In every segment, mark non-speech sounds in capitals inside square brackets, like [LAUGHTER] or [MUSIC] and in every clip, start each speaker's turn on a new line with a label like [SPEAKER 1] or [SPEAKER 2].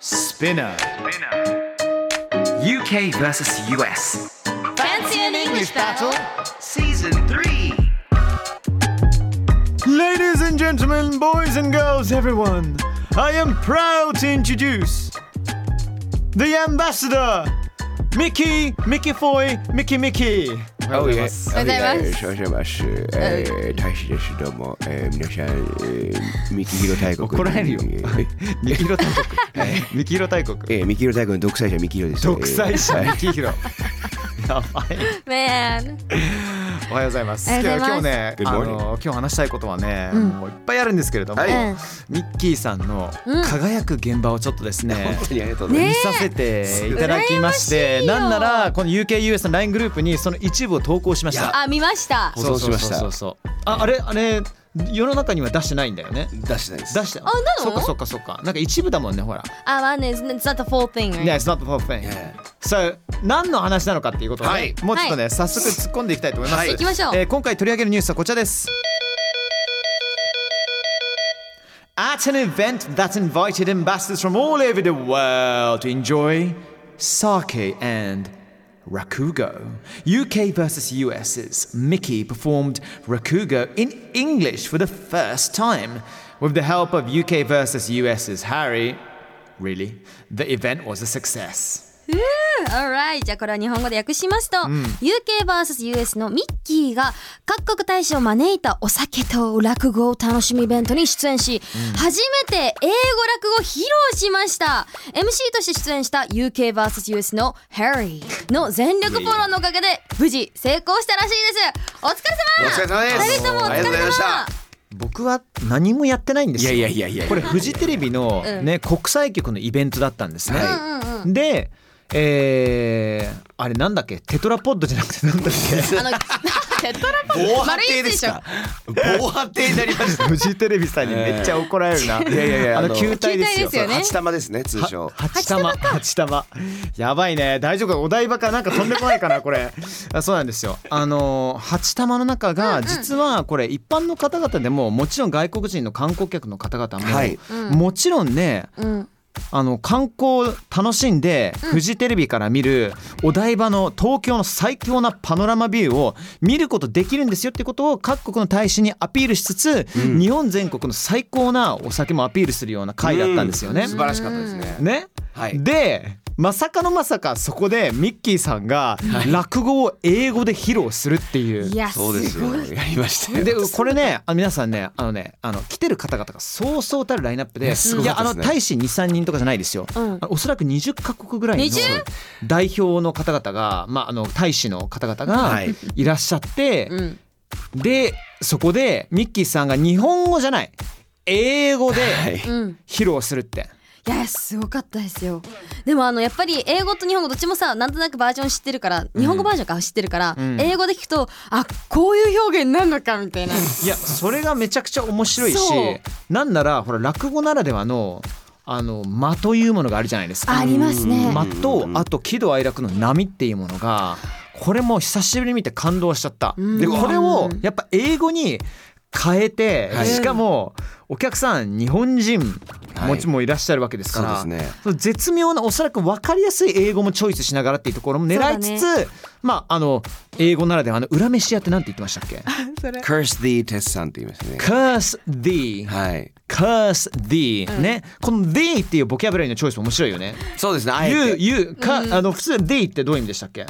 [SPEAKER 1] Spinner.
[SPEAKER 2] UK versus US.
[SPEAKER 3] Fancy an English battle
[SPEAKER 2] Season 3.
[SPEAKER 1] Ladies and gentlemen, boys and girls, everyone, I am proud to introduce the ambassador, Mickey, Mickey Foy, Mickey Mickey.
[SPEAKER 4] おはようございます。
[SPEAKER 5] おはようございます
[SPEAKER 4] おはようございます。えー、大使です。どうも、えー、皆さん、えー、三木広大国。
[SPEAKER 1] 怒られるよ
[SPEAKER 4] えー
[SPEAKER 1] ミキロ大 [LAUGHS] 国。ミキロ大国。
[SPEAKER 4] えー、三木広大国の独裁者三木広です。
[SPEAKER 1] 独裁者
[SPEAKER 4] えーはい
[SPEAKER 1] ミキヒロ。やばい。
[SPEAKER 5] Man.
[SPEAKER 1] おはようございます。
[SPEAKER 5] おはようございます
[SPEAKER 1] 今日ね、
[SPEAKER 4] Good
[SPEAKER 1] あ
[SPEAKER 4] morning.
[SPEAKER 1] の今日話したいことはね、
[SPEAKER 5] うん
[SPEAKER 1] もういっぱいあるんですけれども、
[SPEAKER 4] はい
[SPEAKER 1] ミッキーさんの
[SPEAKER 5] うん
[SPEAKER 1] 輝く現場をちょっとです
[SPEAKER 5] [LAUGHS]
[SPEAKER 1] ね。
[SPEAKER 4] 本当にありがとうございま
[SPEAKER 1] 見させていただきまして、なんならこの UKUS の LINE グループにその一部を投稿しました。
[SPEAKER 5] あ、見ました。
[SPEAKER 4] 保存しました
[SPEAKER 1] そうそうそうそうああれあれ世の中には出してないんだよね。
[SPEAKER 4] す。出してないです。
[SPEAKER 1] 出してあ
[SPEAKER 5] なの
[SPEAKER 1] そっかそっかそっか。なんか一部だもんねほら。
[SPEAKER 5] あ、まあね、it's not- it's not the full thing, right?
[SPEAKER 1] Yeah, it's not the whole thing.
[SPEAKER 4] え
[SPEAKER 1] So 何の話なのかっていうことをね、
[SPEAKER 4] はい
[SPEAKER 1] もうちょっとね、
[SPEAKER 5] は
[SPEAKER 1] 早速突っ込んでいきたいと思います。
[SPEAKER 4] はい
[SPEAKER 5] 行きましょう
[SPEAKER 1] えー今回取り上げるニュースはこちらです。At an event that invited ambassadors from all over the world to enjoy sake and Rakugo, UK versus US's Mickey performed Rakugo in English for the first time. With the help of UK versus US's Harry, really, the event was a success.
[SPEAKER 5] Alright, じゃあこれは日本語で訳しますと、UKVSUS のミッキーが各国大使を招いたお酒と落語を楽しむイベントに出演し、初めて英語落語を披露しました。MC として出演した UKVSUS の Harry の全力フォローのおかげで無事成功したらしいです。お疲れ
[SPEAKER 4] お
[SPEAKER 5] 様
[SPEAKER 4] 疲れ様です
[SPEAKER 5] 二人ともお疲
[SPEAKER 4] ありがとうござい
[SPEAKER 5] れ
[SPEAKER 4] まし
[SPEAKER 5] 様
[SPEAKER 4] た
[SPEAKER 1] 僕は何もやってないんですよ
[SPEAKER 4] いやいやいやいや
[SPEAKER 1] これフジテレビの、
[SPEAKER 5] うん
[SPEAKER 1] ね国際局のイベントだったんですね、
[SPEAKER 4] は
[SPEAKER 1] でえー、あれなんだっけテトラポッドじゃなくてなんだっ
[SPEAKER 5] あの、 [LAUGHS] テトラポ
[SPEAKER 4] い。防
[SPEAKER 5] ッド
[SPEAKER 4] 波
[SPEAKER 5] 丸い
[SPEAKER 4] 堤
[SPEAKER 5] やつ
[SPEAKER 4] で
[SPEAKER 5] で
[SPEAKER 4] し
[SPEAKER 5] しょ
[SPEAKER 4] た。防波堤になりました。
[SPEAKER 1] け [LAUGHS] フジテレビさんにめっちゃ怒られるな、
[SPEAKER 4] いやいやいや
[SPEAKER 1] あ
[SPEAKER 4] あ
[SPEAKER 1] の
[SPEAKER 4] の
[SPEAKER 1] 球体ですよ
[SPEAKER 5] 球体ですよね
[SPEAKER 4] 八玉ですね、通称
[SPEAKER 1] は。八玉八玉やばいね大丈夫かお台場かなんか飛んでこないかなこれあそうなんですよあのー八玉の中が実はこれ一般の方々でももちろん外国人の観光客の方々も、
[SPEAKER 4] はい
[SPEAKER 1] もちろんね
[SPEAKER 5] うん。
[SPEAKER 1] あの観光を楽しんで、フジテレビから見るお台場の東京の最強なパノラマビューを見ることできるんですよってことを各国の大使にアピールしつつ、日本全国の最高なお酒もアピールするような会だったんですよね。
[SPEAKER 4] 素晴らしかったですね。
[SPEAKER 1] ね、
[SPEAKER 4] はい
[SPEAKER 1] でまさかのまさかそこでミッキーさんが落語を英語で披露するっていう。
[SPEAKER 5] いや、す
[SPEAKER 4] そう
[SPEAKER 5] ご
[SPEAKER 4] ですよ。
[SPEAKER 5] い。
[SPEAKER 4] やりましたよ。
[SPEAKER 1] でこれねあの皆さんねあのねあの来てる方々がそうそうたるラインナップで、
[SPEAKER 4] すご
[SPEAKER 1] い
[SPEAKER 4] かっ
[SPEAKER 1] や
[SPEAKER 4] た
[SPEAKER 1] あ
[SPEAKER 4] です
[SPEAKER 1] の
[SPEAKER 4] ね
[SPEAKER 1] 大使23人とかじゃないですよ、
[SPEAKER 5] うん
[SPEAKER 1] あおそらく20カ国ぐらいの
[SPEAKER 5] 20?
[SPEAKER 1] 代表の方々が、まあ、あの大使の方々が
[SPEAKER 4] はい
[SPEAKER 1] いらっしゃって、
[SPEAKER 5] うん。
[SPEAKER 1] でそこでミッキーさんが日本語じゃない英語で
[SPEAKER 4] はい。
[SPEAKER 5] うん。
[SPEAKER 1] 披露するって、
[SPEAKER 5] いやすごかったですよでもあのやっぱり英語と日本語どっちもさなんとなくバージョン知ってるから日本語バージョンか知ってるから、
[SPEAKER 1] ん
[SPEAKER 5] 英語で聞くとあこういう表現なのかみたいない
[SPEAKER 1] やそれがめちゃくちゃ面白いし
[SPEAKER 5] そう
[SPEAKER 1] なんならほら落語ならではのあの間というものがあるじゃないですか。
[SPEAKER 5] ありますね
[SPEAKER 1] 間とあと喜怒哀楽の波っていうものがこれもう久しぶりに見て感動しちゃった。
[SPEAKER 5] ん
[SPEAKER 1] でこれをやっぱ英語に変えて、
[SPEAKER 4] はい
[SPEAKER 1] しかもお客さん日本人
[SPEAKER 4] はい
[SPEAKER 1] もちもいらっしゃるわけですから、
[SPEAKER 4] そうですね
[SPEAKER 1] その絶妙なおそらく分かりやすい英語もチョイスしながらっていうところも狙いつ
[SPEAKER 5] そ
[SPEAKER 1] つ、まああの英語ならではの裏飯屋ってなんて言ってましたっけ
[SPEAKER 4] curse the test さんって言いますね。
[SPEAKER 1] ?Curse thee
[SPEAKER 4] はい。
[SPEAKER 1] curse thee、ねこの thee っていうボキャブラリーのチョイスも面白いよね。
[SPEAKER 4] そうですね。あえて。
[SPEAKER 1] you you か、あの普通 thee ってどういう意味でしたっけ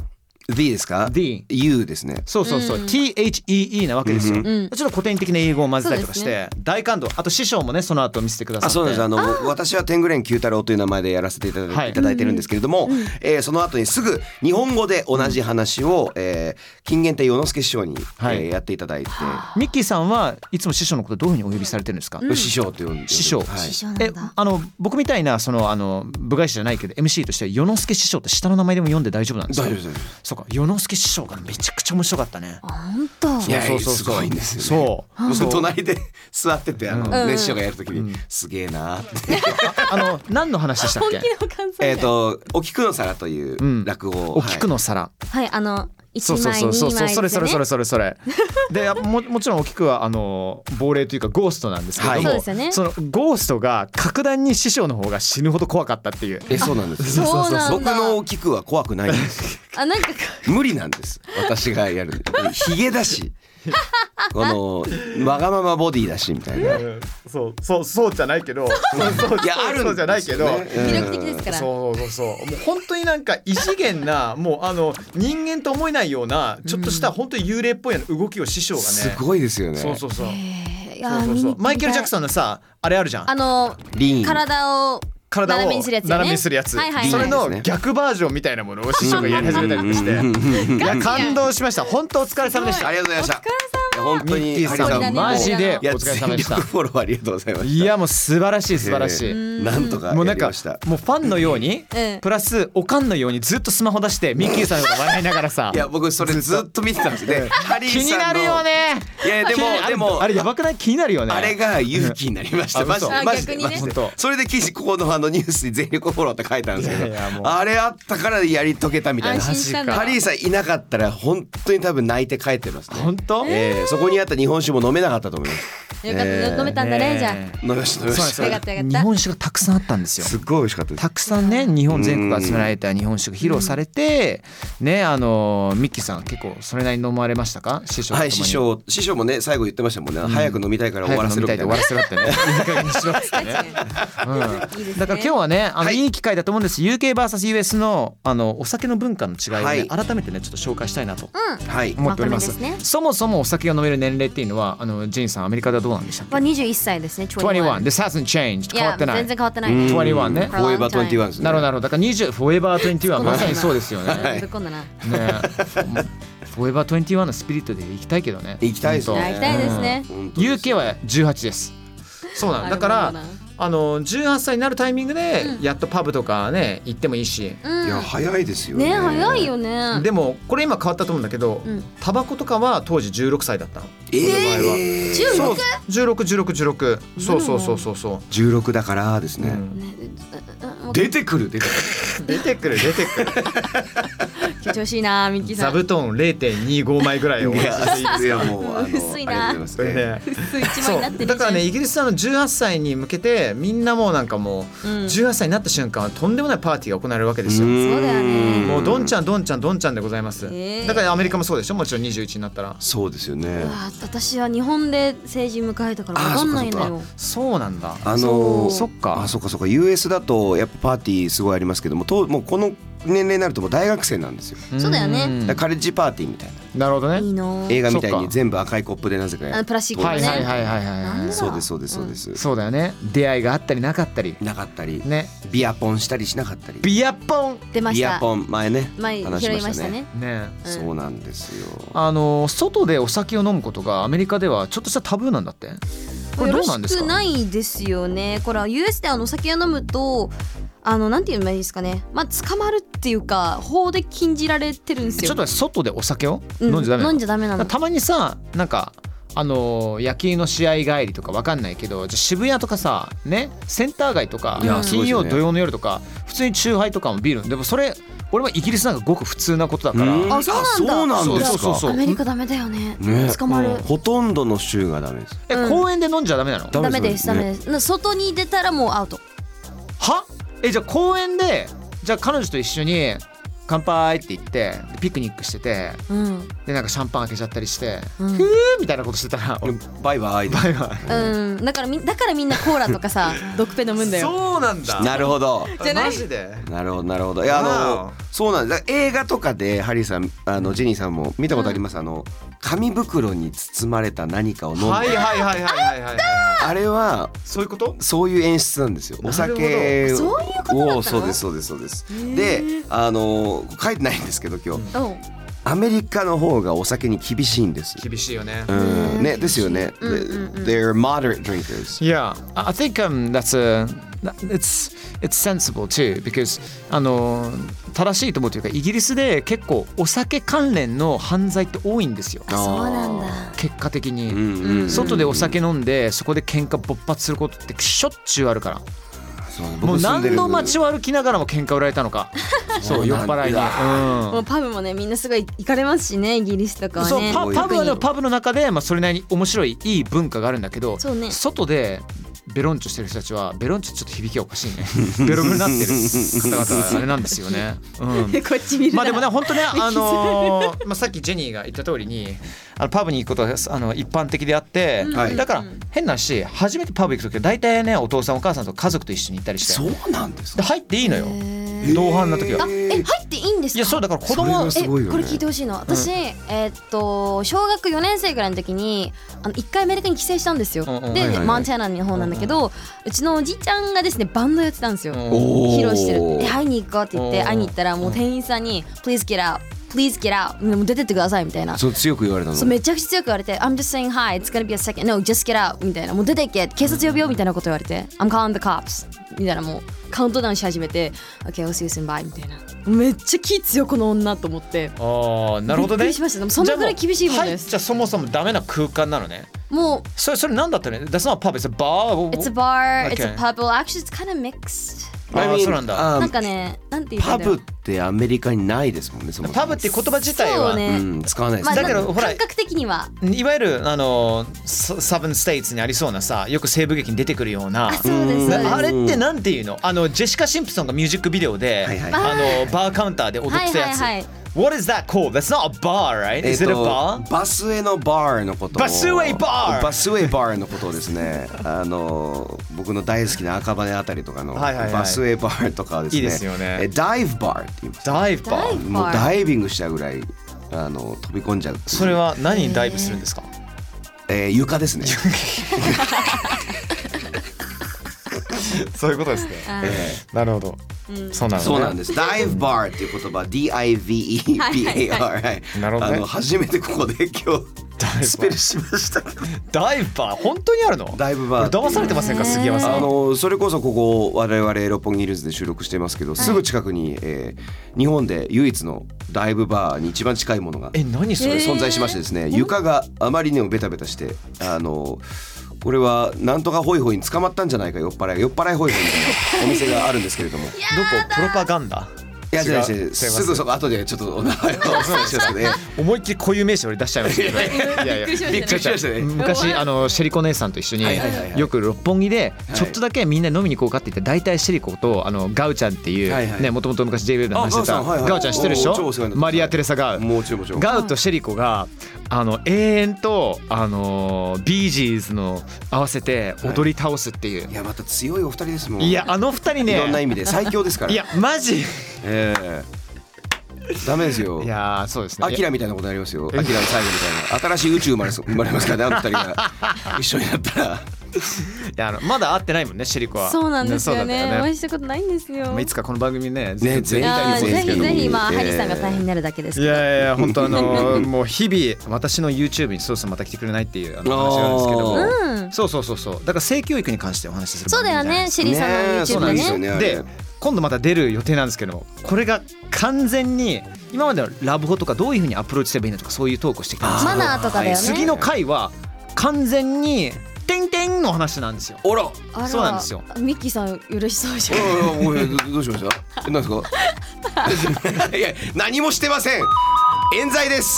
[SPEAKER 4] the ですか
[SPEAKER 1] The
[SPEAKER 4] you ですね。
[SPEAKER 1] そうそうそう、THEE なわけですよ、ちょっと古典的な英語を混ぜたりとかし
[SPEAKER 5] そう
[SPEAKER 1] て、大感動あと師匠もねその後見せてくださ
[SPEAKER 4] あ
[SPEAKER 1] って
[SPEAKER 4] そうなんですあの私は天狗連九太郎という名前でやらせていただ,、
[SPEAKER 1] はい
[SPEAKER 4] い、ただいてるんですけれども、えーその後にすぐ日本語で同じ話を、えー金元亭与之助師匠に、
[SPEAKER 1] はい
[SPEAKER 4] えーやっていただいて、
[SPEAKER 1] ミッキーさんはいつも師匠のことどういうふうにお呼びされてるんですか、
[SPEAKER 4] 師匠と呼んで
[SPEAKER 1] 師匠、
[SPEAKER 4] はい
[SPEAKER 5] 師匠なんだ
[SPEAKER 1] えあの僕みたいなそのあの部外者じゃないけど MC として与之助師匠って下の名前でも読んで大丈夫なんですか
[SPEAKER 4] 大丈夫です大丈夫です
[SPEAKER 1] そうか与之助師匠がめちゃくちゃ面白かったね
[SPEAKER 5] 本当。
[SPEAKER 4] いや
[SPEAKER 1] そうそうそう
[SPEAKER 4] すごいんですよ、ね。
[SPEAKER 1] そう
[SPEAKER 4] 僕 [LAUGHS] 隣で座っててあの、ね師匠がやるときに、すげえなーって。 [LAUGHS]
[SPEAKER 1] あの何の話でしたっけ
[SPEAKER 5] の感想
[SPEAKER 4] えっとお菊の皿という落語を、
[SPEAKER 1] お菊
[SPEAKER 4] はい
[SPEAKER 1] の皿、
[SPEAKER 5] はい、あの一
[SPEAKER 1] そうそう
[SPEAKER 5] 枚
[SPEAKER 1] そう
[SPEAKER 5] 二
[SPEAKER 1] そう
[SPEAKER 5] 枚
[SPEAKER 1] それそれそれそれそれでももちろんお菊はあの亡霊というかゴーストなんですけれども、
[SPEAKER 5] はいそうですよね
[SPEAKER 1] そのゴーストが格段に師匠の方が死ぬほど怖かったっていう
[SPEAKER 4] えそうなんです。
[SPEAKER 5] あそうなんだ
[SPEAKER 4] 僕のお菊は怖くないんです。
[SPEAKER 5] あなんか
[SPEAKER 4] 無理なんです。私がやる。ヒゲだし、このわがままボディだしみたいな。
[SPEAKER 1] そうそうそうじゃないけ [LAUGHS] どそうそう
[SPEAKER 4] いやあるんですよねうん
[SPEAKER 5] 魅力的ですから。
[SPEAKER 1] そうそうそうもう本当になんか異次元なもうあの人間と思えないようなちょっとした本当に幽霊っぽいような動きを師匠がね
[SPEAKER 4] すごいですよね。
[SPEAKER 1] そうそうそう
[SPEAKER 5] えーいや
[SPEAKER 1] そう
[SPEAKER 5] ー
[SPEAKER 1] そう
[SPEAKER 5] 見
[SPEAKER 1] そ
[SPEAKER 5] に
[SPEAKER 1] うマイケル・ジャク
[SPEAKER 5] ン。
[SPEAKER 1] ソンのさあれあるじゃん
[SPEAKER 5] あの
[SPEAKER 4] リーン。
[SPEAKER 5] 体を
[SPEAKER 1] 体を
[SPEAKER 5] 斜めにするやつよね。
[SPEAKER 1] 斜めにするやつ
[SPEAKER 5] はいはいはい。
[SPEAKER 1] それ
[SPEAKER 4] で
[SPEAKER 1] の
[SPEAKER 4] すね
[SPEAKER 1] 逆バージョンみたいなものを師匠がやり始めたりとかしていや感動しました本当お疲れ様でした
[SPEAKER 4] ありがとうございました。いや本
[SPEAKER 1] ミ
[SPEAKER 4] 当
[SPEAKER 1] ッ
[SPEAKER 4] に
[SPEAKER 1] キー
[SPEAKER 4] ハリ
[SPEAKER 1] さ
[SPEAKER 4] さ
[SPEAKER 1] ん
[SPEAKER 4] ん
[SPEAKER 1] マジで
[SPEAKER 5] お
[SPEAKER 1] お
[SPEAKER 4] いや
[SPEAKER 1] 疲れ様でし
[SPEAKER 4] 全
[SPEAKER 1] た
[SPEAKER 4] 力フォローありがとうございました。
[SPEAKER 1] いやもう素晴らしい素晴らし
[SPEAKER 4] え
[SPEAKER 1] い
[SPEAKER 4] ーなんとか
[SPEAKER 1] もうな
[SPEAKER 4] や
[SPEAKER 1] ん
[SPEAKER 4] り
[SPEAKER 1] か
[SPEAKER 4] ました。
[SPEAKER 1] もうファンのように、
[SPEAKER 5] うん
[SPEAKER 1] プラスおかんのようにずっとスマホ出してミッキーさんが笑いながらさ
[SPEAKER 4] いや僕それずっと見てたんですよね。ハリーさん
[SPEAKER 1] 気に
[SPEAKER 4] の
[SPEAKER 1] なるよ。ね
[SPEAKER 4] いやでも
[SPEAKER 1] 気にあれ
[SPEAKER 4] でも
[SPEAKER 1] あれやばくない気になるよね
[SPEAKER 4] あれが勇気になりました。
[SPEAKER 1] [LAUGHS] うんあ
[SPEAKER 4] マジ
[SPEAKER 1] 嘘
[SPEAKER 4] でマジで
[SPEAKER 5] あ逆にね
[SPEAKER 4] マジで
[SPEAKER 1] 本当
[SPEAKER 4] それで記事ここのあのニュースに全力フォローって書いたんですけ
[SPEAKER 1] い
[SPEAKER 4] ど
[SPEAKER 1] やいやもう、
[SPEAKER 4] あれあったからやり遂げたみたいな。
[SPEAKER 5] 安心したんだ
[SPEAKER 4] ハリーさんいなかったら本当に多分泣いて帰ってますね。
[SPEAKER 1] 本当、
[SPEAKER 4] えーそこにあった日本酒も飲めなかったと思います。
[SPEAKER 5] よかった飲めたんだねじゃあ。
[SPEAKER 4] 飲みました飲みまし
[SPEAKER 1] そう
[SPEAKER 4] た。
[SPEAKER 5] よ
[SPEAKER 1] な
[SPEAKER 5] か
[SPEAKER 1] んですよ
[SPEAKER 5] ったよかった
[SPEAKER 1] 日本酒がたくさんあったんですよ
[SPEAKER 4] すっごい美味しかったです
[SPEAKER 1] た。くさんね日本全国集められた日本酒が披露されてねあのミッキーさん結構それなりに飲まれましたか師匠と
[SPEAKER 4] はい師匠師匠もね最後言ってましたもんね、早く飲みたいから終わらせるみたいな
[SPEAKER 1] 終わらせろってねいい加減にしろっつってね
[SPEAKER 5] いいですね。
[SPEAKER 1] だから今日はねあの
[SPEAKER 4] はい
[SPEAKER 1] いい機会だと思うんです UKVSUS のあのお酒の文化の違いを
[SPEAKER 4] は
[SPEAKER 1] ね
[SPEAKER 4] い
[SPEAKER 1] 改めてねちょっと紹介したいなと
[SPEAKER 4] はい
[SPEAKER 1] 思っております
[SPEAKER 5] 若めですね
[SPEAKER 1] そもそもお酒が飲める年齢っていうのはあのジェインさんアメリカではどうなんでしたっけ
[SPEAKER 5] は21歳ですね。
[SPEAKER 1] 21 This hasn't changed
[SPEAKER 5] い
[SPEAKER 1] 変わ
[SPEAKER 5] や
[SPEAKER 1] ってない
[SPEAKER 5] 全然変わってないね。
[SPEAKER 1] 21ね
[SPEAKER 4] フォーエバー21ですね
[SPEAKER 1] なるほどなるほどだから20 Forever 21は
[SPEAKER 5] ごめん
[SPEAKER 1] ま
[SPEAKER 5] なさ
[SPEAKER 1] さ
[SPEAKER 5] い
[SPEAKER 1] にそうですよね
[SPEAKER 5] ぶっこんだな。
[SPEAKER 1] ね [LAUGHS] フォーエバー21のスピリットで行きたいけどね
[SPEAKER 4] 行きたいですね
[SPEAKER 1] 本
[SPEAKER 5] 行きたいですね。
[SPEAKER 4] ほんとです
[SPEAKER 1] UK は18ですそうな
[SPEAKER 5] あ
[SPEAKER 1] のだから
[SPEAKER 5] れもいい
[SPEAKER 1] あの18歳になるタイミングでやっとパブとかね行ってもいいし、
[SPEAKER 4] いや早いですよね
[SPEAKER 5] ね早いよね。
[SPEAKER 1] でもこれ今変わったと思うんだけど、
[SPEAKER 5] ん
[SPEAKER 1] タバコとかは当時16歳だったの
[SPEAKER 4] えー
[SPEAKER 1] え
[SPEAKER 5] 16
[SPEAKER 1] そう161616そうそうそうそうそう
[SPEAKER 4] 16だからですね、出てくる出てく
[SPEAKER 1] 出てくる出てく
[SPEAKER 5] [LAUGHS]
[SPEAKER 1] る
[SPEAKER 5] 調子いいなミッキーさ
[SPEAKER 1] 座
[SPEAKER 5] ん。
[SPEAKER 1] 布団0.25枚ぐらいを
[SPEAKER 4] るい
[SPEAKER 5] [LAUGHS]
[SPEAKER 4] やいやもうあの
[SPEAKER 5] 薄いな
[SPEAKER 4] ありがとうございます、
[SPEAKER 1] これね
[SPEAKER 5] そう一枚
[SPEAKER 1] そ
[SPEAKER 5] になって
[SPEAKER 1] う
[SPEAKER 5] る
[SPEAKER 1] だからねイギリスの18歳に向けてみんなもうなんかもう18歳になった瞬間はとんでもないパーティーが行われるわけですよ。
[SPEAKER 5] そうだよね
[SPEAKER 1] もうどんちゃんどんちゃんどんちゃんでございます
[SPEAKER 5] へえ。
[SPEAKER 1] だからアメリカもそうでしょもちろん21になったら。
[SPEAKER 4] そうですよね
[SPEAKER 5] あ私は日本で成人迎えたから分かんないの
[SPEAKER 4] あそ
[SPEAKER 5] よ。
[SPEAKER 1] そうなんだ。
[SPEAKER 4] あ
[SPEAKER 5] そ
[SPEAKER 4] の
[SPEAKER 5] う
[SPEAKER 1] そっか
[SPEAKER 4] あそっかそっか US だとやっぱパーティーすごいありますけどもともうこの年齢になるともう大学生なんですよ、
[SPEAKER 5] そうだよね
[SPEAKER 1] ん
[SPEAKER 4] だからカレッジパーティーみたいない
[SPEAKER 1] なるほどね。
[SPEAKER 5] いいの。
[SPEAKER 4] 映画みたい
[SPEAKER 1] そっ
[SPEAKER 4] に
[SPEAKER 1] か
[SPEAKER 4] 全部赤いコップでなぜかやる
[SPEAKER 5] あのプラスチックの
[SPEAKER 1] はい
[SPEAKER 5] ね。
[SPEAKER 1] はいはいはい
[SPEAKER 5] な
[SPEAKER 1] は
[SPEAKER 5] ん
[SPEAKER 1] い。
[SPEAKER 5] で
[SPEAKER 4] そうですそうですそうです、
[SPEAKER 1] そうだよね。出会いがあったりなかったり
[SPEAKER 4] なかったり、
[SPEAKER 1] ね。
[SPEAKER 4] ビアポンしたりしなかったり
[SPEAKER 1] ビアポン
[SPEAKER 5] 出まし
[SPEAKER 4] ビ
[SPEAKER 5] た
[SPEAKER 4] ア。ポン前ね
[SPEAKER 5] 前
[SPEAKER 4] 話
[SPEAKER 5] 拾いましたね。
[SPEAKER 1] ね。
[SPEAKER 5] うん
[SPEAKER 4] そうなんですよ
[SPEAKER 1] あの外でお酒を飲むことがアメリカではちょっとしたタブーなんだって。これ
[SPEAKER 5] よ
[SPEAKER 1] ど
[SPEAKER 5] ろ
[SPEAKER 1] うなんです
[SPEAKER 5] し
[SPEAKER 1] か。
[SPEAKER 5] くないですよね。これは US であのお酒を飲むと。あのなんて言えばいいですかね、まあ、捕まるっていうか法で禁じられてるんですよ
[SPEAKER 1] ちょっと外でお酒を
[SPEAKER 5] うん
[SPEAKER 1] 飲んじゃダメなの
[SPEAKER 5] 飲んじゃダメなの
[SPEAKER 1] たまにさなんかあのー野球の試合帰りとかわかんないけどじゃあ渋谷とかさねセンター街とか
[SPEAKER 4] いやそう
[SPEAKER 1] 金
[SPEAKER 4] ですよ
[SPEAKER 1] 曜
[SPEAKER 4] ね
[SPEAKER 1] 土曜の夜とか普通にチューハイとかもビールでもそれ俺はイギリスなんかごく普通なことだから
[SPEAKER 4] うん
[SPEAKER 5] あそうなんだ
[SPEAKER 4] あそうなんですか
[SPEAKER 1] そうそうそう
[SPEAKER 5] アメリカダメだよね
[SPEAKER 4] ね
[SPEAKER 5] 捕まる、
[SPEAKER 4] ほとんどの州がダメです
[SPEAKER 1] え公園で飲んじゃダメなの
[SPEAKER 4] ダ
[SPEAKER 5] ダ
[SPEAKER 4] メ
[SPEAKER 5] メ
[SPEAKER 4] で
[SPEAKER 5] ですす
[SPEAKER 4] ね
[SPEAKER 5] ダメですな外に出たらもうアウト
[SPEAKER 1] はえじゃあ公園でじゃあ彼女と一緒に乾杯って言ってでピクニックしてて
[SPEAKER 5] うん
[SPEAKER 1] でなんかシャンパン開けちゃったりして、
[SPEAKER 5] うん
[SPEAKER 1] ふーみたいなことしてたら俺バ
[SPEAKER 4] バイバイ
[SPEAKER 1] イバ
[SPEAKER 5] うんだからみだからみんなコーラとか
[SPEAKER 1] [LAUGHS]
[SPEAKER 5] さ毒ペ飲むんだよ
[SPEAKER 1] そうなんだ
[SPEAKER 4] なるほど
[SPEAKER 5] じゃない
[SPEAKER 1] マジで
[SPEAKER 4] なるほどなるほどいやあ
[SPEAKER 1] わあ
[SPEAKER 4] のそうなんですだから映画とかでハリーさんあのジェニーさんも見たことあります、あの紙袋に包まれた何かを飲んで、
[SPEAKER 1] はいはいはいはいはいはいはい
[SPEAKER 4] あれは
[SPEAKER 1] そういうこと
[SPEAKER 4] そういう演出なんですよお
[SPEAKER 1] な
[SPEAKER 4] 酒を
[SPEAKER 5] そういうことだったの
[SPEAKER 4] そうですそうですそうです
[SPEAKER 5] ー
[SPEAKER 4] であの書いてないんですけど今日、
[SPEAKER 5] おう
[SPEAKER 4] アメリカの方がお酒に厳しいんです
[SPEAKER 1] 厳しいよね、
[SPEAKER 4] うんねですよね、で They're moderate drinkers
[SPEAKER 1] Yeah, I I think um, that's a that- it's it's sensible too because あの正しいと思うというかイギリスで結構お酒関連の犯罪って多いんですよ
[SPEAKER 5] そうなんだ
[SPEAKER 1] 結果的に、
[SPEAKER 4] うんうんうん
[SPEAKER 1] 外でお酒飲んでそこで喧嘩勃発することってしょっちゅうあるから
[SPEAKER 4] そう僕
[SPEAKER 1] もう
[SPEAKER 4] 住んで
[SPEAKER 1] 何
[SPEAKER 4] る
[SPEAKER 1] の街を歩きながらも喧嘩売られたのかそう酔っ払いに、
[SPEAKER 4] う
[SPEAKER 1] うん
[SPEAKER 5] もうパブもねみんなすごい行かれますしねイギリスとかは
[SPEAKER 1] そう
[SPEAKER 5] ね
[SPEAKER 1] パパブは
[SPEAKER 5] 特
[SPEAKER 1] ね
[SPEAKER 5] に
[SPEAKER 1] パブの中で、まあ、それなりに面白いいい文化があるんだけど、
[SPEAKER 5] そうね
[SPEAKER 1] 外でベロンチョしてる人たちはベロンチョちょっと響きがおかしいね [LAUGHS] ベロベロになってる方々はあれなんですよね。
[SPEAKER 5] [LAUGHS]
[SPEAKER 1] うん、
[SPEAKER 5] こっち見るな
[SPEAKER 1] まあでもね本
[SPEAKER 5] [LAUGHS]
[SPEAKER 1] 当ねあのーまあさっきジェニーが言った通りにあのパブに行くことがあの一般的であって、
[SPEAKER 4] はい
[SPEAKER 1] だから変な話初めてパブ行く時は大体ねお父さんお母さんと家族と一緒に行ったりして
[SPEAKER 4] そうなんです
[SPEAKER 1] で
[SPEAKER 4] か
[SPEAKER 1] 入っていいのよ同伴の時は。
[SPEAKER 5] え入っていいんですか
[SPEAKER 1] いやそうだから子供
[SPEAKER 4] それがすごいよね
[SPEAKER 5] えこれ聞いてほしいの私、えーっと小学4年生ぐらいの時にあの1回アメリカに帰省したんですよ、
[SPEAKER 1] うんうん
[SPEAKER 5] で、
[SPEAKER 1] はい
[SPEAKER 4] はいはい
[SPEAKER 5] マンテアナの方なんだけど、うちのおじいちゃんがですねバンドやってたんですよ、
[SPEAKER 1] うん
[SPEAKER 4] おー
[SPEAKER 5] 披露してるで会いに行こうって言っ
[SPEAKER 1] う
[SPEAKER 5] て
[SPEAKER 1] ん
[SPEAKER 5] 会いに行ったらもう店員さんに「Please get out Please get out もう出てってください」みたいな
[SPEAKER 4] そう強く言われたの
[SPEAKER 5] そうめちゃくちゃ強く言われて「I'm just saying hi it's gonna be a second no just get out」みたいな「もう出ていけ警察呼ぶよ」みたいなこと言われて「I'm calling the cops」みたいなもうカウントダウンし始めて「OK I'll see you soon bye」みたいなめっちゃ気強いこの女と思って
[SPEAKER 1] ああなるほどね。
[SPEAKER 5] びっくりしましたでもそんなぐらい厳しいもん
[SPEAKER 1] じゃあう
[SPEAKER 5] で
[SPEAKER 1] 入っ
[SPEAKER 5] す
[SPEAKER 1] ちゃそもそもダメな空間なのね。
[SPEAKER 5] もう
[SPEAKER 1] それそれなんだったのね。That's not a pub, it's a bar.
[SPEAKER 5] 「It's a bar it's
[SPEAKER 1] Okay.
[SPEAKER 5] a pub well actually it's kind of mixed
[SPEAKER 1] あーそうなんだ。
[SPEAKER 4] あー
[SPEAKER 5] なんかねなんて言った
[SPEAKER 4] パ
[SPEAKER 5] んだろ
[SPEAKER 4] ブ
[SPEAKER 5] う
[SPEAKER 4] ってアメリカにないですもんねそもそも
[SPEAKER 1] パブって言葉自体
[SPEAKER 5] そう
[SPEAKER 1] は、
[SPEAKER 4] う
[SPEAKER 5] ね
[SPEAKER 4] ん使わないです
[SPEAKER 5] まあ
[SPEAKER 4] ね
[SPEAKER 1] だけど
[SPEAKER 5] なんか
[SPEAKER 1] ほら
[SPEAKER 5] 感覚的にはい
[SPEAKER 1] わゆるあのササブンステイツにありそうなさよく西部劇に出てくるような。
[SPEAKER 5] あそうですそうで
[SPEAKER 4] ん
[SPEAKER 5] す
[SPEAKER 1] あれってなんていうのあのジェシカ・シンプソンがミュージックビデオで、
[SPEAKER 4] はいはい
[SPEAKER 1] あのバーカウンターで踊ってたやつ、
[SPEAKER 5] はいはいはい
[SPEAKER 1] What is that called? That's not a bar, right?
[SPEAKER 4] え
[SPEAKER 1] Is
[SPEAKER 4] ー
[SPEAKER 1] it a
[SPEAKER 4] と
[SPEAKER 1] bar?
[SPEAKER 4] バスへのバーのことを
[SPEAKER 1] バスウェイバー
[SPEAKER 4] バスウェイバーのことをですねあの僕の大好きな赤羽あたりとかの
[SPEAKER 1] はいはいはい
[SPEAKER 4] バスウェイバーとかはですね
[SPEAKER 1] いいですよね
[SPEAKER 4] えダイブバーって言います
[SPEAKER 1] ダイブバ
[SPEAKER 5] ダイ
[SPEAKER 1] ー
[SPEAKER 5] ブ
[SPEAKER 4] もうダイビングしたぐらいあの飛び込んじゃう
[SPEAKER 1] それ、は何にダイブするんですか、
[SPEAKER 4] えー床
[SPEAKER 1] [LAUGHS]
[SPEAKER 4] ですね
[SPEAKER 1] そういうことですね
[SPEAKER 4] え
[SPEAKER 1] なるほど、そ
[SPEAKER 4] ー
[SPEAKER 1] うなのね
[SPEAKER 4] そうなんですダイブバーっていう言葉 DIVEBAR はい
[SPEAKER 1] [LAUGHS] なるほどね
[SPEAKER 4] あの初めてここで今
[SPEAKER 1] バー
[SPEAKER 4] 日スペルしましたけど
[SPEAKER 1] ダイバー本当にあるの
[SPEAKER 4] ダイブバー
[SPEAKER 1] これ騙されてませんか
[SPEAKER 5] ね
[SPEAKER 1] 杉山さ
[SPEAKER 4] あ
[SPEAKER 1] ん
[SPEAKER 4] のそれこそここ我々六本木ヒルズで収録してますけど、すぐ近くに、えー日本で唯一のダイブバーに一番近いものが
[SPEAKER 1] え何それ、
[SPEAKER 4] 存在しましてですね、床があまりにもベタベタしてあのこれはなんとかホイホイに捕まったんじゃないか酔っ払い酔っ払いホイホイみたいなお店があるんですけれどもい
[SPEAKER 1] どこプロパガンダ
[SPEAKER 4] やじゃない
[SPEAKER 1] 違う違い
[SPEAKER 4] で
[SPEAKER 1] ます
[SPEAKER 4] すすぐそこ後でちょっとお名前をお伝えしますけどね
[SPEAKER 1] 思いっきり固有名詞俺出しちゃいましたけどねいやいや
[SPEAKER 5] びっくりしましたね
[SPEAKER 4] びっくりしましたね
[SPEAKER 1] 昔あのシェリコ姉さんと一緒に
[SPEAKER 4] はいはいはいはい
[SPEAKER 1] よく六本木でちょっとだけみんな飲みに行こうかって言って大体シェリコとあのガウちゃんってい
[SPEAKER 4] はいは
[SPEAKER 1] う
[SPEAKER 4] い
[SPEAKER 1] ねもともと昔 JWAVE で話
[SPEAKER 4] あガ
[SPEAKER 1] して
[SPEAKER 4] ウさ
[SPEAKER 1] た
[SPEAKER 4] んはいはい
[SPEAKER 1] ガウちゃん知ってるでし
[SPEAKER 4] おー超お世話になっ
[SPEAKER 1] ょ
[SPEAKER 4] てます
[SPEAKER 1] マリア・テレサ・ガウ
[SPEAKER 4] もちろんもちろん
[SPEAKER 1] ガウとシェリコがあの永遠とあのビージーズの合わせて踊り倒すっていう
[SPEAKER 4] いやまた強いお二人ですもん
[SPEAKER 1] いやあの二人
[SPEAKER 4] いろんな意
[SPEAKER 1] ね
[SPEAKER 4] 味で最強ですから
[SPEAKER 1] いやマジ
[SPEAKER 4] ええダメですよ
[SPEAKER 1] い。やーそうですね
[SPEAKER 4] アキラみたいなことになりますよ。アキラの最後みたいな。新しい宇宙生まれそ生まれますからね、あの二人が
[SPEAKER 1] [LAUGHS]
[SPEAKER 4] 一緒になったら。
[SPEAKER 1] いやあのまだ会ってないもんねシェリコは
[SPEAKER 5] そうなんですよ
[SPEAKER 1] ね
[SPEAKER 5] ね
[SPEAKER 1] そうだっ
[SPEAKER 5] お
[SPEAKER 1] た
[SPEAKER 5] 会
[SPEAKER 1] よ
[SPEAKER 5] いしたことないんですよ
[SPEAKER 1] まあいつかこの番組ね
[SPEAKER 4] ね
[SPEAKER 1] 全
[SPEAKER 4] か
[SPEAKER 5] あー
[SPEAKER 4] ぜ
[SPEAKER 5] ぜ
[SPEAKER 4] ひ
[SPEAKER 5] ひぜひまあ
[SPEAKER 4] えー
[SPEAKER 5] ハリーさんが大変になるだけです
[SPEAKER 1] い
[SPEAKER 5] けど
[SPEAKER 1] やいやいや本当あ
[SPEAKER 5] [LAUGHS]
[SPEAKER 1] のもう日々私の YouTube にそろそろまた来てくれないっていうあの話があるんですけど
[SPEAKER 4] あ
[SPEAKER 1] も
[SPEAKER 5] うん
[SPEAKER 1] そうそうそうそうだから性教育に関してお話しする
[SPEAKER 5] そうだ
[SPEAKER 1] 番
[SPEAKER 5] よ
[SPEAKER 1] 組じゃないで
[SPEAKER 5] ね
[SPEAKER 1] す
[SPEAKER 5] シェリーさんの
[SPEAKER 4] ねえそう
[SPEAKER 5] YouTube
[SPEAKER 4] な
[SPEAKER 5] で
[SPEAKER 4] ん
[SPEAKER 5] ね
[SPEAKER 4] ですよね。あれ
[SPEAKER 1] で今度また出る予定なんですけどもこれが完全に今までのラブホとかどういうふうにアプローチすればいいのとかそういうトークをしてきたんですけ
[SPEAKER 5] [LAUGHS] マ
[SPEAKER 1] ど
[SPEAKER 5] ナーとかだよね
[SPEAKER 1] 次の回は完全に「てんてん」の話なんですよ
[SPEAKER 4] おら。おい
[SPEAKER 5] あら
[SPEAKER 1] そうなんですよ
[SPEAKER 5] ミッキーさん嬉しそうじゃん
[SPEAKER 4] お
[SPEAKER 1] [LAUGHS]
[SPEAKER 4] いおいどどうしました？えなんですか？いや何もしてません。冤罪です。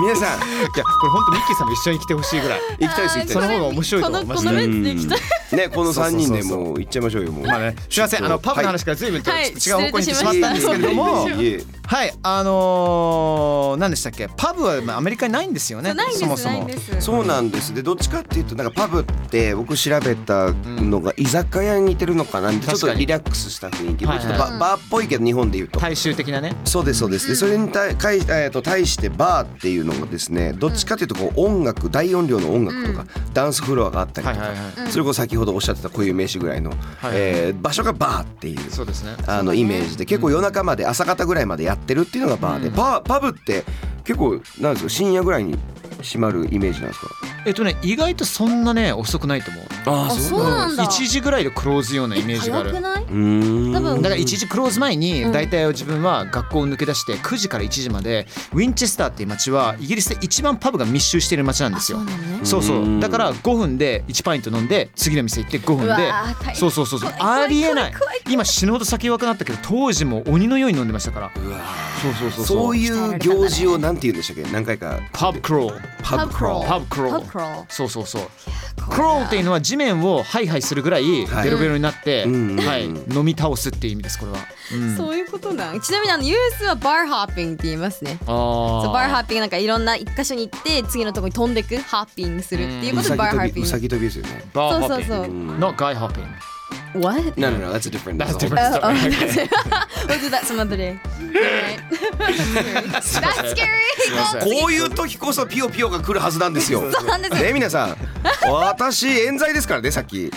[SPEAKER 4] 皆さん
[SPEAKER 1] いやこれ本当ミッキーさんも一緒に来てほしいぐらい
[SPEAKER 4] 行きたいです行き
[SPEAKER 1] そ
[SPEAKER 4] た
[SPEAKER 1] の
[SPEAKER 4] いで
[SPEAKER 1] 方が面白いと思い
[SPEAKER 5] こ
[SPEAKER 1] ま
[SPEAKER 5] の
[SPEAKER 1] す
[SPEAKER 5] このメンツで行きたい
[SPEAKER 4] す。ねこの三人でもう行っちゃいましょうよもう。
[SPEAKER 1] まあね、すみません、あのパブの話から随分と
[SPEAKER 5] はい
[SPEAKER 1] 違う方向に行ってしまったんですけれども、
[SPEAKER 4] いえいえいえ
[SPEAKER 1] はいあのー、何でしたっけパブはまあアメリカにないんですよね
[SPEAKER 5] ないんです
[SPEAKER 1] そもそ
[SPEAKER 5] ない
[SPEAKER 1] も
[SPEAKER 5] んです
[SPEAKER 4] そうなんですでどっちかっていうとなんかパブって僕調べたのが居酒屋に似てるのかなってちょっ
[SPEAKER 1] 確か
[SPEAKER 4] と
[SPEAKER 1] に
[SPEAKER 4] リラックスした雰囲気でちょ
[SPEAKER 1] はい
[SPEAKER 4] っ
[SPEAKER 1] はい
[SPEAKER 4] とババーっぽいけど日本で言うと
[SPEAKER 1] 大衆的なね
[SPEAKER 4] そうですそうですでそれに対かいえーと対してバーっていうのがですねどっちかっていうとこう音楽大音量の音楽とかダンスフロアがあったりと
[SPEAKER 1] はいはい
[SPEAKER 4] かそれこそ先ほどおっしゃってた固有名詞ぐらいのえー場所がバーっていう
[SPEAKER 1] そうですね
[SPEAKER 4] あのイメージで結構夜中まで朝方ぐらいまでやってるっていうのがバーで、パパブって結構なんですか深夜ぐらいに閉まるイメージなんですか
[SPEAKER 1] えっとね意外とそんなね遅くないと思う
[SPEAKER 4] あ
[SPEAKER 5] あそうなんだ
[SPEAKER 1] 1時ぐらいでクローズようなイメージがあ
[SPEAKER 5] 早
[SPEAKER 1] る
[SPEAKER 5] くない
[SPEAKER 4] うん
[SPEAKER 5] 多分
[SPEAKER 1] だから1時クローズ前に大体自分は学校を抜け出して9時から1時までウィンチェスターっていう街はイギリスで一番パブが密集している街なんですよ
[SPEAKER 5] あそうなのね
[SPEAKER 1] そうそう
[SPEAKER 4] うん
[SPEAKER 1] だから5分で1パイント飲んで次の店行って5分
[SPEAKER 5] うわ
[SPEAKER 1] で
[SPEAKER 5] ー大変
[SPEAKER 1] そうそうそうそう
[SPEAKER 5] 怖い
[SPEAKER 1] ありえない
[SPEAKER 5] 怖い怖い
[SPEAKER 1] 今死ぬほど酒弱くなったけど当時も鬼のように飲んでましたからそうそうそ
[SPEAKER 4] そ
[SPEAKER 1] うそうう
[SPEAKER 4] いう行事をなんて言うんでしたっけ何回か
[SPEAKER 1] パブクロール
[SPEAKER 4] パブクロール
[SPEAKER 1] パブクロ
[SPEAKER 5] パブクロー
[SPEAKER 1] ールそうそうそうクロールっていうのは地面をハイハイするぐらい
[SPEAKER 4] はい
[SPEAKER 1] ベロベロになって、
[SPEAKER 4] うん
[SPEAKER 1] はい、
[SPEAKER 4] うん
[SPEAKER 1] 飲み倒すっていう意味ですこれは、うん、
[SPEAKER 5] そういうことなんちなみにあの US はバーハッピングって言いますね
[SPEAKER 1] あ
[SPEAKER 5] そうバー
[SPEAKER 1] ー
[SPEAKER 5] ハッピングなんかいろんな一箇所に行って次のとこに飛んでくハッピングするっていう
[SPEAKER 4] う
[SPEAKER 5] ことで
[SPEAKER 4] さぎ
[SPEAKER 5] バーハ
[SPEAKER 4] 跳
[SPEAKER 5] ッピ
[SPEAKER 4] び
[SPEAKER 5] ン
[SPEAKER 4] う
[SPEAKER 5] グ
[SPEAKER 4] さぎ跳びですよね
[SPEAKER 1] バ
[SPEAKER 5] そ
[SPEAKER 1] ー
[SPEAKER 5] う
[SPEAKER 1] ホ
[SPEAKER 5] そ
[SPEAKER 1] ッ
[SPEAKER 5] う
[SPEAKER 1] ピン
[SPEAKER 5] そう
[SPEAKER 1] グ Not guy hopping
[SPEAKER 5] What?
[SPEAKER 4] No no no that's a different
[SPEAKER 1] That's
[SPEAKER 4] level.
[SPEAKER 1] different
[SPEAKER 5] Oh,
[SPEAKER 1] story
[SPEAKER 5] that's it. we'll do that some other day. Alright. that's scary.
[SPEAKER 4] こういう時こそピヨピヨが来るはずなんですよ
[SPEAKER 5] [LAUGHS] そうな
[SPEAKER 4] [LAUGHS]
[SPEAKER 5] んですよ
[SPEAKER 4] ね皆さん私冤罪ですからねさっき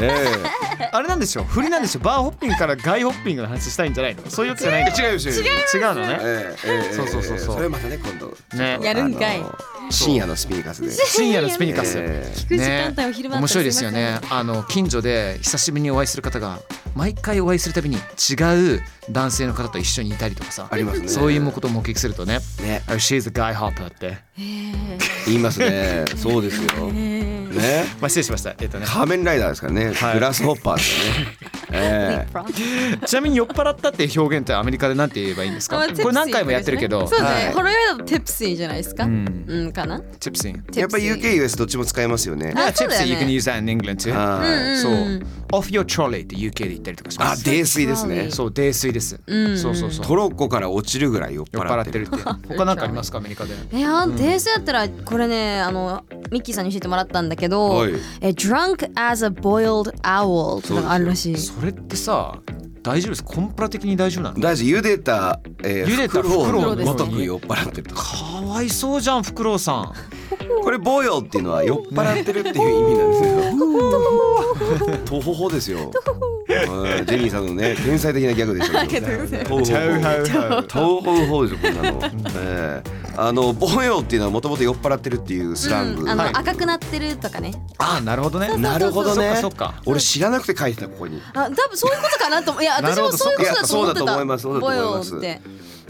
[SPEAKER 4] え
[SPEAKER 1] [LAUGHS] あれなんですよ振りなんですよバーホッピングからガイホッピングの話したいんじゃないのそういうわけじゃない
[SPEAKER 4] え
[SPEAKER 1] の
[SPEAKER 4] [LAUGHS] 違うよ違うよ
[SPEAKER 1] 違うのね
[SPEAKER 4] ええええ
[SPEAKER 1] そうそうそうそう
[SPEAKER 4] それまたね今度
[SPEAKER 1] ね
[SPEAKER 5] やるんかい
[SPEAKER 4] あの深夜のスピーカスで
[SPEAKER 1] 深夜のスピニカス、
[SPEAKER 4] ええ
[SPEAKER 5] 聞く時間帯お昼間だ
[SPEAKER 1] 面
[SPEAKER 5] った
[SPEAKER 1] 白い
[SPEAKER 5] ら
[SPEAKER 1] ですよねあの近所で久しぶりにお会いする方が毎回お会いするたびに違う男性の方と一緒にいたりとかさ
[SPEAKER 4] ありますね
[SPEAKER 1] そういうことを目撃するとね
[SPEAKER 4] ね
[SPEAKER 1] Oh, she's a guy hopper って、
[SPEAKER 4] 言いますねそうですよね
[SPEAKER 1] まあ、失礼しましたえっとね
[SPEAKER 4] 仮面ライダーですからね
[SPEAKER 1] はい
[SPEAKER 4] グラスホッパーですよねえ
[SPEAKER 5] Leapfrog.
[SPEAKER 1] ちなみに酔っ払ったっていう表現ってアメリカでなんて言えばいいんですか
[SPEAKER 5] まあ
[SPEAKER 1] これ何回もやってるけど
[SPEAKER 5] そうだ
[SPEAKER 4] は
[SPEAKER 5] ね
[SPEAKER 4] い。
[SPEAKER 5] ほろ酔いだと tipsy じゃないですか。
[SPEAKER 1] ん
[SPEAKER 5] うん、かな。
[SPEAKER 1] チップシン
[SPEAKER 4] えやっぱ
[SPEAKER 5] tipsy
[SPEAKER 4] UKUS どっちも使えますよね
[SPEAKER 1] あ、
[SPEAKER 5] あ
[SPEAKER 1] チ
[SPEAKER 5] そ
[SPEAKER 1] ッ
[SPEAKER 5] う
[SPEAKER 1] プ
[SPEAKER 5] だよ
[SPEAKER 1] ス
[SPEAKER 5] ね
[SPEAKER 1] you can use that in England too
[SPEAKER 4] はい
[SPEAKER 1] そう off your trolley って UK で言ったりとかしま
[SPEAKER 4] あ
[SPEAKER 1] す
[SPEAKER 4] 泥酔ですね
[SPEAKER 1] そう泥酔です、そうそうそう
[SPEAKER 4] トロッコから落ちるぐらい酔っ
[SPEAKER 1] 酔っ払
[SPEAKER 4] 払
[SPEAKER 1] っ
[SPEAKER 4] ってて
[SPEAKER 1] る
[SPEAKER 4] る
[SPEAKER 5] [LAUGHS]
[SPEAKER 1] って他何かありますかアメリカで
[SPEAKER 5] いやー、訂正だったらこれねあのミッキーさんに教えてもらったんだけど
[SPEAKER 4] はい
[SPEAKER 5] 「え drunk as a boiled owl」ってのがあるらしい。
[SPEAKER 1] それってさ大丈夫ですコンプラ的に大丈夫なの
[SPEAKER 4] 大事茹でたえー
[SPEAKER 1] 茹でた
[SPEAKER 4] フクロウ
[SPEAKER 1] フクロウ
[SPEAKER 4] の
[SPEAKER 1] ですね
[SPEAKER 4] ごとく酔っ払ってると
[SPEAKER 1] かわいそうじゃんフクロウさん
[SPEAKER 4] これボヨっていうのは酔っ払ってるっていう意味なんですよトホホですようんジェニーさんのね天才的なギャグでしたけどトホホトホホですよこんなのええあのボヨっていうのはもともと酔っ払ってるっていうスラング
[SPEAKER 5] うんあの、
[SPEAKER 1] はい
[SPEAKER 5] 赤くなってるとかね。
[SPEAKER 1] あなるほどね
[SPEAKER 4] なるほどね
[SPEAKER 1] そっかそっか
[SPEAKER 4] 俺知らなくて書いてたここに
[SPEAKER 5] あ、多分そういうことかなと思う。いや、
[SPEAKER 1] なる
[SPEAKER 5] 私
[SPEAKER 1] ほ
[SPEAKER 5] も
[SPEAKER 1] ど
[SPEAKER 5] そういうことだと思
[SPEAKER 4] そ
[SPEAKER 5] ってた。
[SPEAKER 4] うだと思いますそうだと思います
[SPEAKER 5] ボヨって。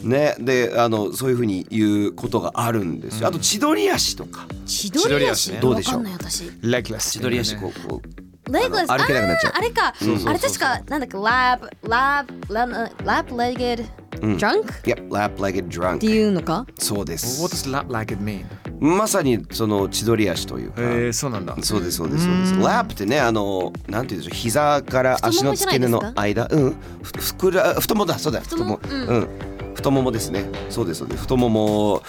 [SPEAKER 4] ねであのそういうふうに言うことがあるんですよあと千鳥足とか
[SPEAKER 5] 千鳥
[SPEAKER 1] 千鳥足
[SPEAKER 5] 足
[SPEAKER 1] ね
[SPEAKER 4] どうでしょう
[SPEAKER 5] わかんない私。
[SPEAKER 1] レッグレス
[SPEAKER 4] 千鳥足こうこう
[SPEAKER 5] レグレス。
[SPEAKER 4] あの歩けなくなっちゃう
[SPEAKER 5] あーあれか
[SPEAKER 4] そうそうそう。そう
[SPEAKER 5] あれ確かなんだっけ、ラブラブラブラブレゲッド
[SPEAKER 4] うん
[SPEAKER 5] ジャンクっ
[SPEAKER 4] いやラップ like a drunk
[SPEAKER 5] ていうのか。
[SPEAKER 4] そうです
[SPEAKER 1] What does lap like it mean?
[SPEAKER 4] まさにその千鳥足というか、
[SPEAKER 1] えー、そうなんだ
[SPEAKER 4] そうですそうですそうですラップってねあのなんていうんでしょう膝から足の付け根の間うんふふくら太ももだそうだ太もも
[SPEAKER 5] 太
[SPEAKER 4] う
[SPEAKER 5] もも
[SPEAKER 4] ん、太ももですねそうですそうです太もも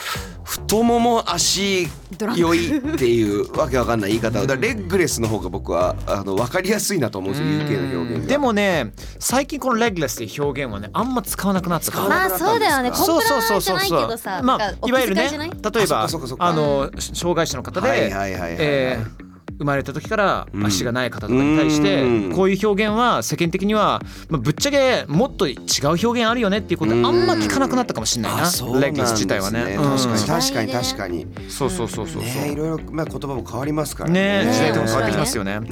[SPEAKER 4] 太もも足酔いっていうわけわかんない言い方だからレッグレスの方が僕はあのわかりやすいなと思うんですよ UK の表現が
[SPEAKER 1] でもね最近このレッグレスっていう表現はねあんま使わなくなったから
[SPEAKER 5] まあそうだよね。コ
[SPEAKER 1] そ
[SPEAKER 5] ン
[SPEAKER 1] う
[SPEAKER 5] プ
[SPEAKER 1] そう
[SPEAKER 5] ラ
[SPEAKER 1] そう
[SPEAKER 5] じ
[SPEAKER 1] そう
[SPEAKER 5] ゃないけ
[SPEAKER 1] そ
[SPEAKER 5] ど
[SPEAKER 1] う
[SPEAKER 5] さ、
[SPEAKER 1] ま
[SPEAKER 5] な
[SPEAKER 1] あ
[SPEAKER 5] んかお
[SPEAKER 1] いわゆ
[SPEAKER 5] 気
[SPEAKER 1] る
[SPEAKER 5] 遣
[SPEAKER 1] ね
[SPEAKER 5] いじゃない
[SPEAKER 1] 例えば
[SPEAKER 4] あそっかそっかそっか
[SPEAKER 1] あの障害者の方
[SPEAKER 4] は
[SPEAKER 1] で
[SPEAKER 4] いはいはいはい
[SPEAKER 1] えー生まれた時から
[SPEAKER 4] うん
[SPEAKER 1] 足がない方とかに対して
[SPEAKER 4] うん
[SPEAKER 1] こういう表現は世間的にはまあぶっちゃけもっと違う表現あるよねっていうことあんま聞かなくなったかもしれない
[SPEAKER 4] あそう
[SPEAKER 1] な
[SPEAKER 4] な
[SPEAKER 1] レ
[SPEAKER 4] ん
[SPEAKER 1] ッ
[SPEAKER 4] で
[SPEAKER 1] グス
[SPEAKER 4] す
[SPEAKER 1] 自
[SPEAKER 4] ね
[SPEAKER 1] 体はねうん
[SPEAKER 4] 確かに確かに
[SPEAKER 5] う
[SPEAKER 4] 確か
[SPEAKER 5] ん
[SPEAKER 4] に
[SPEAKER 1] そうそうそうそうそ
[SPEAKER 4] ねいうろいろまあ言葉も変わりますから
[SPEAKER 1] ね
[SPEAKER 4] ね
[SPEAKER 1] 時代と
[SPEAKER 5] ね
[SPEAKER 1] も変わってきますよね
[SPEAKER 4] ね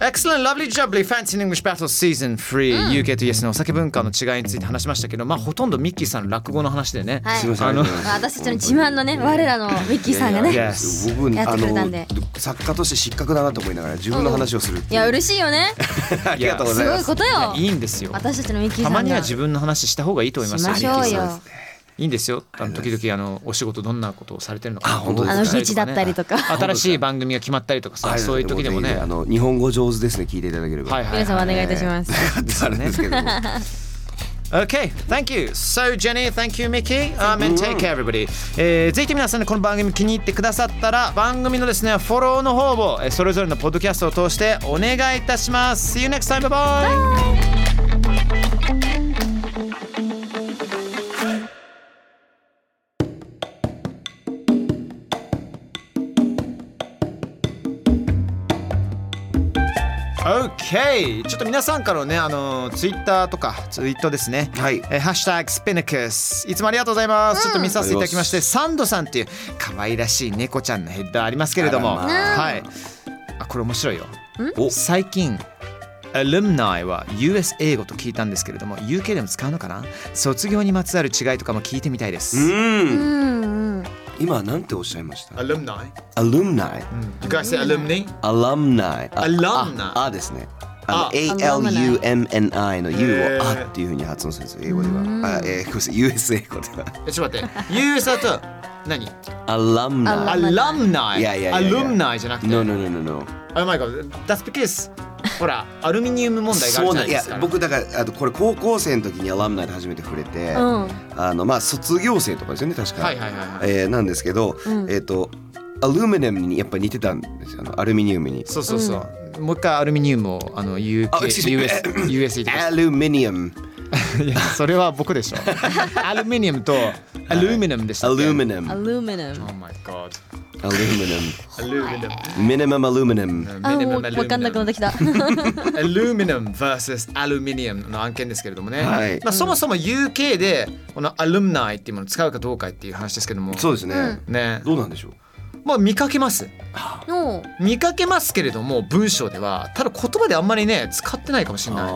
[SPEAKER 1] Excellent, lovely, jubbly, fancy English battle season 3、UK と US のお酒文化の違いについて話しましたけど、まあ、ほとんどミッキーさんの落語の話でね、
[SPEAKER 5] はい
[SPEAKER 4] すいません
[SPEAKER 1] あの
[SPEAKER 4] ありがとうございます
[SPEAKER 5] まあ私たちの自慢のね、我らのミッキーさんが
[SPEAKER 1] いやい
[SPEAKER 5] ね。
[SPEAKER 1] やです
[SPEAKER 4] 僕
[SPEAKER 5] やってくれたんで
[SPEAKER 4] 作家として失格だなと思いながら自分の話をするって
[SPEAKER 5] いうや嬉しいよね。
[SPEAKER 4] ありがとうござ
[SPEAKER 5] す
[SPEAKER 4] い
[SPEAKER 5] ご
[SPEAKER 4] ま
[SPEAKER 5] い
[SPEAKER 4] す。
[SPEAKER 5] ことよ。
[SPEAKER 1] いいんですよ
[SPEAKER 5] 私たちのミッ
[SPEAKER 1] た
[SPEAKER 5] キーさんが。
[SPEAKER 1] まには自分の話した方がいいと思います
[SPEAKER 5] しましょう
[SPEAKER 1] ミッキー
[SPEAKER 5] よ
[SPEAKER 1] さんいいんですよあの時々あのお仕事どんなことをされてるのか
[SPEAKER 4] あ本当ですか
[SPEAKER 5] あのビーチだったりとか
[SPEAKER 1] 新しい番組が決まったりとかさそういう時でもね
[SPEAKER 4] あの日本語上手ですね聞いていただければ。
[SPEAKER 1] はい
[SPEAKER 4] い。 [LAUGHS]
[SPEAKER 1] はい、
[SPEAKER 5] 皆様お願いいたします。
[SPEAKER 4] あれですけども。
[SPEAKER 1] Okay, thank you. So, Jenny, thank you, Mickey. Um, and take care, everybody. えーぜひ皆さんね、この番組気に入ってくださったら、番組のですね、フォローの方を、えーそれぞれのポッドキャストを通してお願いいたします。See you next time. Bye bye. OK! ちょっと皆さんからのね、あの、ツイッターとか、ツイートですね。
[SPEAKER 4] はい
[SPEAKER 1] えーハッシュタグスピナクス。いつもありがとうございます。ちょっと見させていただきまして、サンドさんっていう可愛らしい猫ちゃんのヘッダーありますけれども、
[SPEAKER 4] あらま
[SPEAKER 1] はい。あ、これ面白いよ。
[SPEAKER 4] お
[SPEAKER 1] 最近、アルムナイは US 英語と聞いたんですけれども、UK でも使うのかな卒業にまつわる違いとかも聞いてみたいで
[SPEAKER 4] う
[SPEAKER 1] す。
[SPEAKER 4] ん
[SPEAKER 5] うんうん
[SPEAKER 4] 今なんておっしゃいました
[SPEAKER 1] ルムナイ
[SPEAKER 4] アルムナイ
[SPEAKER 1] You guys say アルムナイ
[SPEAKER 4] アラムナイあ
[SPEAKER 1] Alumni
[SPEAKER 4] ああですねあの
[SPEAKER 5] あ
[SPEAKER 4] ALUMNI の U
[SPEAKER 1] へ
[SPEAKER 4] を
[SPEAKER 1] ー
[SPEAKER 4] あっていうふうに発音するんですよ英語ではあえーごめんなさい US 英語では
[SPEAKER 1] え、ちょっと待って。US だと、何
[SPEAKER 4] アラムナ
[SPEAKER 1] ア
[SPEAKER 4] イ
[SPEAKER 1] ルムナイ
[SPEAKER 4] Yeah, yeah, yeah, yeah.
[SPEAKER 1] アルムナイじゃなくて。
[SPEAKER 4] No no no no no
[SPEAKER 1] あ、マイカ、that's because ほら、アルミニウム問題が
[SPEAKER 4] そ
[SPEAKER 1] ある
[SPEAKER 4] う
[SPEAKER 1] じ
[SPEAKER 4] な
[SPEAKER 1] ゃなんい
[SPEAKER 4] い
[SPEAKER 1] で
[SPEAKER 4] や
[SPEAKER 1] すか。
[SPEAKER 4] 僕だからあとこれ高校生の時にアラムナイで初めて触れて、
[SPEAKER 5] うん
[SPEAKER 4] あのまあ卒業生とかですよね確か、
[SPEAKER 1] はいはいはいはい
[SPEAKER 4] えーなんですけど、
[SPEAKER 5] うん
[SPEAKER 4] えっ、とアルミニウムにやっぱ似てたんですよあのアルミニウムに
[SPEAKER 1] そうそうそう。もう一回アルミニウムをあの UK
[SPEAKER 4] あ違う
[SPEAKER 1] US US 言って
[SPEAKER 4] アルミニウム
[SPEAKER 1] ましたいやそれは僕でしょ。アルミニウムとアルミニウムでした
[SPEAKER 4] ア
[SPEAKER 1] っけ。
[SPEAKER 4] ルミニウム
[SPEAKER 5] ア
[SPEAKER 4] アル
[SPEAKER 5] ルミナム
[SPEAKER 1] マイガード。
[SPEAKER 4] ミニウ
[SPEAKER 1] アルミニウム。
[SPEAKER 4] ムミニマムアルミニウム
[SPEAKER 5] あもう分かんなくなってきた
[SPEAKER 1] ア
[SPEAKER 5] [LAUGHS]
[SPEAKER 1] ルミニウム vs アルミニウムの案件ですけれどもね、
[SPEAKER 4] はい
[SPEAKER 1] まあ、そもそも UK でこのアルムナイっていうものを使うかどうかっていう話ですけども
[SPEAKER 4] そうですね、
[SPEAKER 1] ね
[SPEAKER 4] どうなんでしょう
[SPEAKER 1] まあ見かけます
[SPEAKER 5] の
[SPEAKER 1] 見かけますけれども文章ではただ言葉であんまりね使ってないかもしれない
[SPEAKER 4] あ
[SPEAKER 1] あ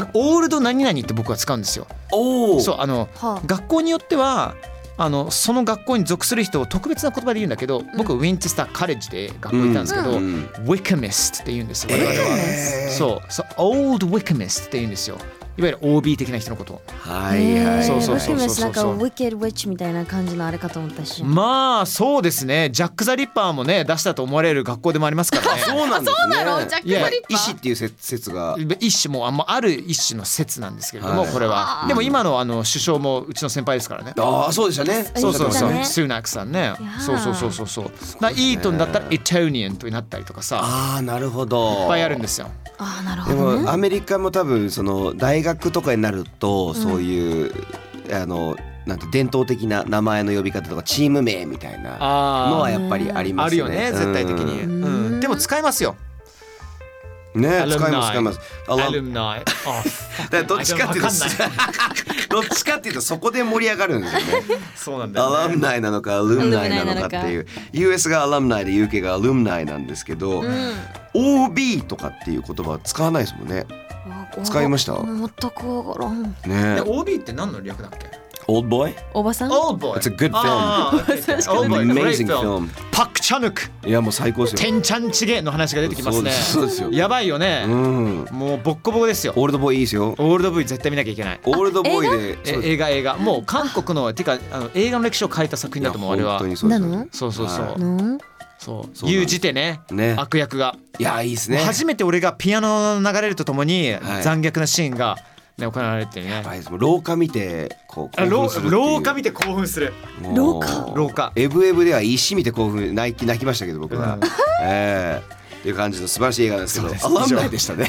[SPEAKER 1] のオールド何々って僕は使うんですよ。
[SPEAKER 4] おお
[SPEAKER 1] そうあの
[SPEAKER 5] は
[SPEAKER 1] 学校によってはあのその学校に属する人を特別な言葉で言うんだけど、僕ウィンチェスターカレッジで学校行ったんですけど、
[SPEAKER 4] うん
[SPEAKER 1] Wickamist って言うんですよ。我々は
[SPEAKER 4] えー
[SPEAKER 1] そうそう Old Wickamist って言うんですよ。いわゆる OB 的な人のこと。
[SPEAKER 4] はいはい、
[SPEAKER 1] そうそう
[SPEAKER 5] ウ
[SPEAKER 1] そう
[SPEAKER 5] ィメスなんか
[SPEAKER 1] そう
[SPEAKER 5] ウィケッドウィッチみたいな感じのあれかと思ったし
[SPEAKER 1] まあそうですね。ジャック・ザ・リッパーもね出したと思われる学校でもありますからね。
[SPEAKER 4] そうなんですね
[SPEAKER 1] いや
[SPEAKER 4] 医師っていう説説が
[SPEAKER 1] 一種もうあんまある一種の説なんですけれども、
[SPEAKER 4] はい
[SPEAKER 1] これはでも今のあの首相もうちの先輩ですからね
[SPEAKER 4] ああそうでしたね
[SPEAKER 1] そうそう
[SPEAKER 5] 言って
[SPEAKER 1] そ
[SPEAKER 5] た
[SPEAKER 1] う、
[SPEAKER 5] ね
[SPEAKER 1] スーナックさんね
[SPEAKER 5] ー。
[SPEAKER 1] そうそうそうそうそう。なイートンだったらイトニアンとなったりとかさ、
[SPEAKER 4] ああなるほ
[SPEAKER 1] い
[SPEAKER 4] ど
[SPEAKER 1] っぱいあるんですよ。
[SPEAKER 5] ああなるほ
[SPEAKER 4] で
[SPEAKER 5] どね
[SPEAKER 4] もアメリカも多分その大学とかになるとそういう、あのなんて伝統的な名前の呼び方とかチーム名みたいなのは
[SPEAKER 1] あ
[SPEAKER 4] やっぱりあり
[SPEAKER 1] あ、あ
[SPEAKER 4] ます
[SPEAKER 1] る
[SPEAKER 4] ね。
[SPEAKER 1] よね、絶対的に。
[SPEAKER 4] うん
[SPEAKER 1] うん、でも使いますよ。
[SPEAKER 4] ね
[SPEAKER 1] アルムナ
[SPEAKER 4] 使
[SPEAKER 1] イ
[SPEAKER 4] います使います。あら
[SPEAKER 1] ムナイ。
[SPEAKER 4] [LAUGHS] だからどっちかっていうと
[SPEAKER 1] わかん
[SPEAKER 4] [LAUGHS]
[SPEAKER 1] な
[SPEAKER 4] どっちかっていうとそこで盛り上がるんですよね。
[SPEAKER 1] そうなんだ
[SPEAKER 4] アラ
[SPEAKER 1] よ
[SPEAKER 4] ム
[SPEAKER 1] ね。
[SPEAKER 4] ナイなのかアルムナイなのかっていう US がアラムナイで UK がアルムナイなんですけど、OB とかっていう言葉は使わないですもんね。使いました
[SPEAKER 5] もっとこう
[SPEAKER 4] ね
[SPEAKER 1] で OB って何の略だっけ
[SPEAKER 4] Old Boy?
[SPEAKER 5] おばさん
[SPEAKER 1] ?Old Boy。
[SPEAKER 4] It's a good film.
[SPEAKER 1] あー okay, okay. Old boy,
[SPEAKER 4] An
[SPEAKER 1] great
[SPEAKER 4] amazing film.
[SPEAKER 1] パクチャヌク、
[SPEAKER 4] いやもう最高ですよ。
[SPEAKER 1] テンチャンチゲの話が出てきます
[SPEAKER 4] そうで
[SPEAKER 1] ね。
[SPEAKER 4] すそうですよ
[SPEAKER 1] やばいよ
[SPEAKER 4] う
[SPEAKER 1] ね。
[SPEAKER 4] ん。
[SPEAKER 1] もうボッコボコですよ。
[SPEAKER 4] オールドボーイいいですよ。
[SPEAKER 1] オールド V 絶対見なきゃいけない。
[SPEAKER 4] オールドボーイで。
[SPEAKER 1] え
[SPEAKER 4] そうです
[SPEAKER 1] 映画映画もう韓国のてかあの映画の歴史を変えた作品だと思うあ
[SPEAKER 4] い
[SPEAKER 1] れ
[SPEAKER 4] や
[SPEAKER 1] は
[SPEAKER 4] 本当にそうです
[SPEAKER 5] なの
[SPEAKER 1] そうそうそう、
[SPEAKER 4] は
[SPEAKER 5] うん
[SPEAKER 1] そう
[SPEAKER 4] そうなんです
[SPEAKER 1] 言うじてね
[SPEAKER 4] ね
[SPEAKER 1] 悪役が、
[SPEAKER 4] いやいいですね。
[SPEAKER 1] もう初めて俺がピアノの流れるとともに、
[SPEAKER 4] はい
[SPEAKER 1] 残虐なシーンが、ね、行われてね
[SPEAKER 4] やばいですもう廊下見てこう
[SPEAKER 1] あ廊廊下見
[SPEAKER 4] て
[SPEAKER 1] て興奮する
[SPEAKER 4] 廊下
[SPEAKER 1] 廊下
[SPEAKER 4] エブエブでは石見て興奮泣き泣きましたけど僕は、ええっていう感じの素晴らしい映画なんですけど
[SPEAKER 1] そうです
[SPEAKER 4] アラムナイでしたね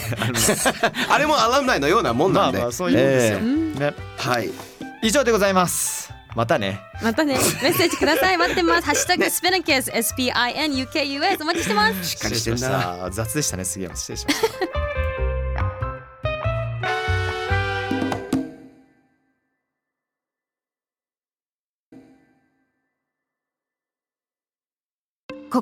[SPEAKER 4] あれもアラムナイのようなもん
[SPEAKER 1] ま
[SPEAKER 4] な
[SPEAKER 1] あ
[SPEAKER 4] んで、
[SPEAKER 1] まあそういうもんですよ、
[SPEAKER 4] え
[SPEAKER 1] ね、
[SPEAKER 4] えはい
[SPEAKER 1] 以上でございますまたね
[SPEAKER 5] またね
[SPEAKER 1] [LAUGHS]
[SPEAKER 5] メッセージください待って [LAUGHS] ますハッシュタグスピナケース SPINUKUS お待ちしてます
[SPEAKER 4] しっかりしてん
[SPEAKER 1] 失礼し
[SPEAKER 4] な
[SPEAKER 1] ました雑でしたね杉山失礼しました
[SPEAKER 3] こ